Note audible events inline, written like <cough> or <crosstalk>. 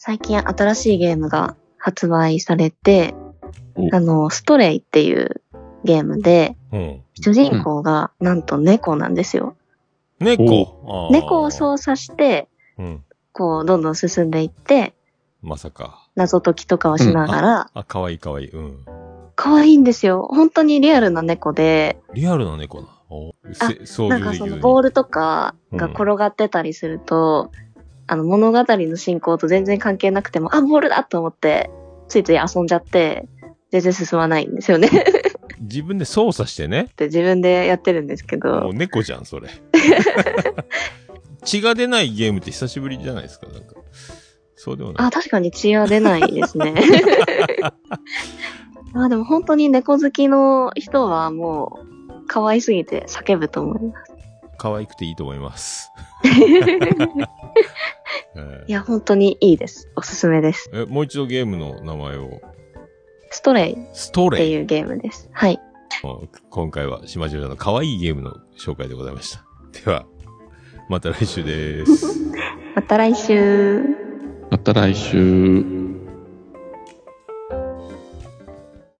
最近新しいゲームが発売されてお、あの、ストレイっていうゲームで、うん。主人公がなんと猫なんですよ。猫。猫をう。操作して、うん。こう、どんどん進んでいって、まさか。謎解きとかをしながら、あ、かわいいかわいい。うん。可愛いんですよ。本当にリアルな猫で、リアルな猫な。おせ操なん縦かできそるよのうに。ボールとかが転がってたりすると、あの物語の進行と全然関係なくても、あ、ボールだと思って、ついつい遊んじゃって、全然進まないんですよね。っ自分で操作してね。て自分でやってるんですけもどう、猫じゃん、そ <laughs> れ。血が出ないゲームって久しぶりじゃないですか。なんか。そうでもない。あ、確かに血は出ないです <laughs> ね。まあでも本当に猫好きの人はもう、可愛すぎて叫ぶと思います。可愛くていいと思 <laughs> います。えいや、本当にいいです。おすすめです。えもう一度ゲームの名前を。ストレイっストてレイ。いうゲームです。はい。今回は島中さんの可愛いゲームの紹介でございました。では、また来週です。また来週。また来週。